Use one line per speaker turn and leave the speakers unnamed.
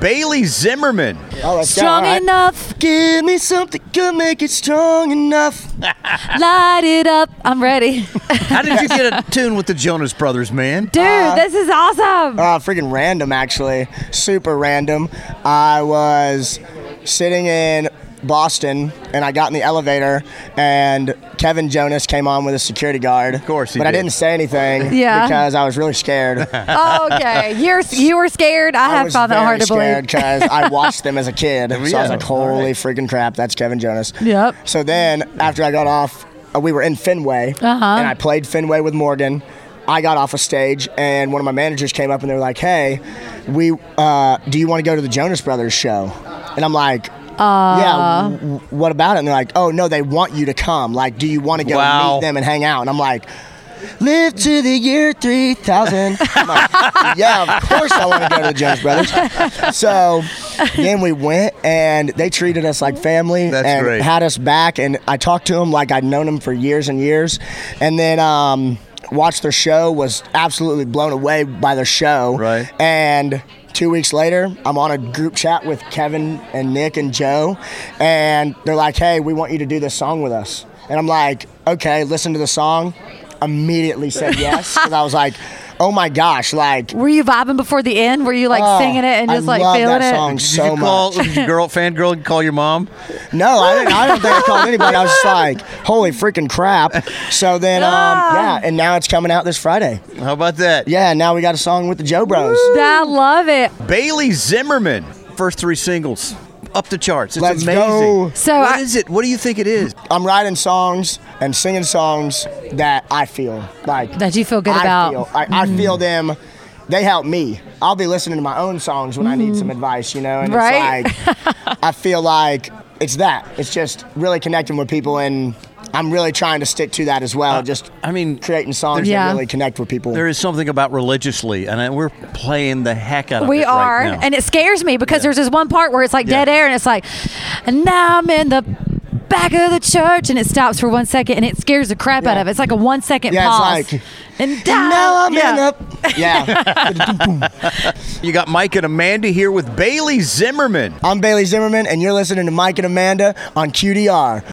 Bailey Zimmerman.
All right,
Strong
all right.
enough,
Give me something to make it strong enough.
light it up. I'm ready.
How did you get a tune with the Jonas Brothers, man?
Dude, this is awesome.
Uh, freaking random, actually. Super random. I was sitting in Boston and I got in the elevator, and Kevin Jonas came on with a security guard. Of
course he
But I
did.
didn't say anything
Yeah.
because I was really scared. I
Oh, okay, you're you were scared. I, have
was
found that
very
hard to
scared
believe.
because I watched them as a kid. So I
yeah.
was like,
All
holy
right.
freaking crap, that's Kevin Jonas.
Yep.
So then, after I got off, uh, we were in Fenway,
Uh-huh.
and I played Fenway with Morgan. I got off a stage, and one of my managers came up and they were like, "Hey, we uh, do you want to go to the Jonas Brothers show?" And I'm like.
Uh.
yeah, w- w- what about it? And they're like, oh no, they want you to come. Like, do you want to go
Wow.
meet them and hang out? And I'm like, live to the year 3000. I'm like, yeah, of course I want to go to the Jonas Brothers. So then we went and they treated us like family
That's
and
great.
had us back. And I talked to him like I'd known him for years and years. And then, um, watched their show was absolutely blown away by their show
Right.
and two weeks later, I'm on a group chat with Kevin and Nick and Joe, and they're like, hey, we want you to do this song with us. And I'm like, okay, listen to the song. Immediately said yes. Because I was like, oh my gosh, like,
Were you vibing before the end? Were you like
oh,
singing it and
I
just like
love
feeling
that
it?
song
Did
so
you call
much.
did your girl, fangirl, and call your mom?
No, I, didn't, I don't think I called anybody. I was just like, holy freaking crap. So then, um,
Ah.
yeah, and now it's coming out this Friday.
How about that?
Yeah, now we got a song with the Joe Bros.
I love it.
Bailey Zimmerman, first three singles up the charts. It's
Let's
amazing.
go.
So
What
I-
is it? What do you think it is?
I'm writing songs and singing songs that I feel like
That you feel good
I
about. Mm.
Feel, I, I feel them. They help me. I'll be listening to my own songs when I need some advice, you know. And
Mm. Right.
it's like I feel like it's that. It's just really connecting with people, and I'm really trying to stick to that as well. just
Uh, I mean,
creating songs
Yeah.
that really connect with people.
There is something about religiously, and I- we're playing the heck out of
We
it
are,
right now.
and it scares me because there's this one part where it's like
Yeah.
dead air, and it's like, and now I'm in the back of the church, and it stops for one second, and it scares the crap out
Yeah.
of it. It's like a one second
Yeah, it's
pause,
like,
and
now I'm
Yeah.
in up. Yeah.
you got Mike and Amanda here with Bailey Zimmerman.
I'm Bailey Zimmerman, and you're listening to Mike and Amanda on QDR.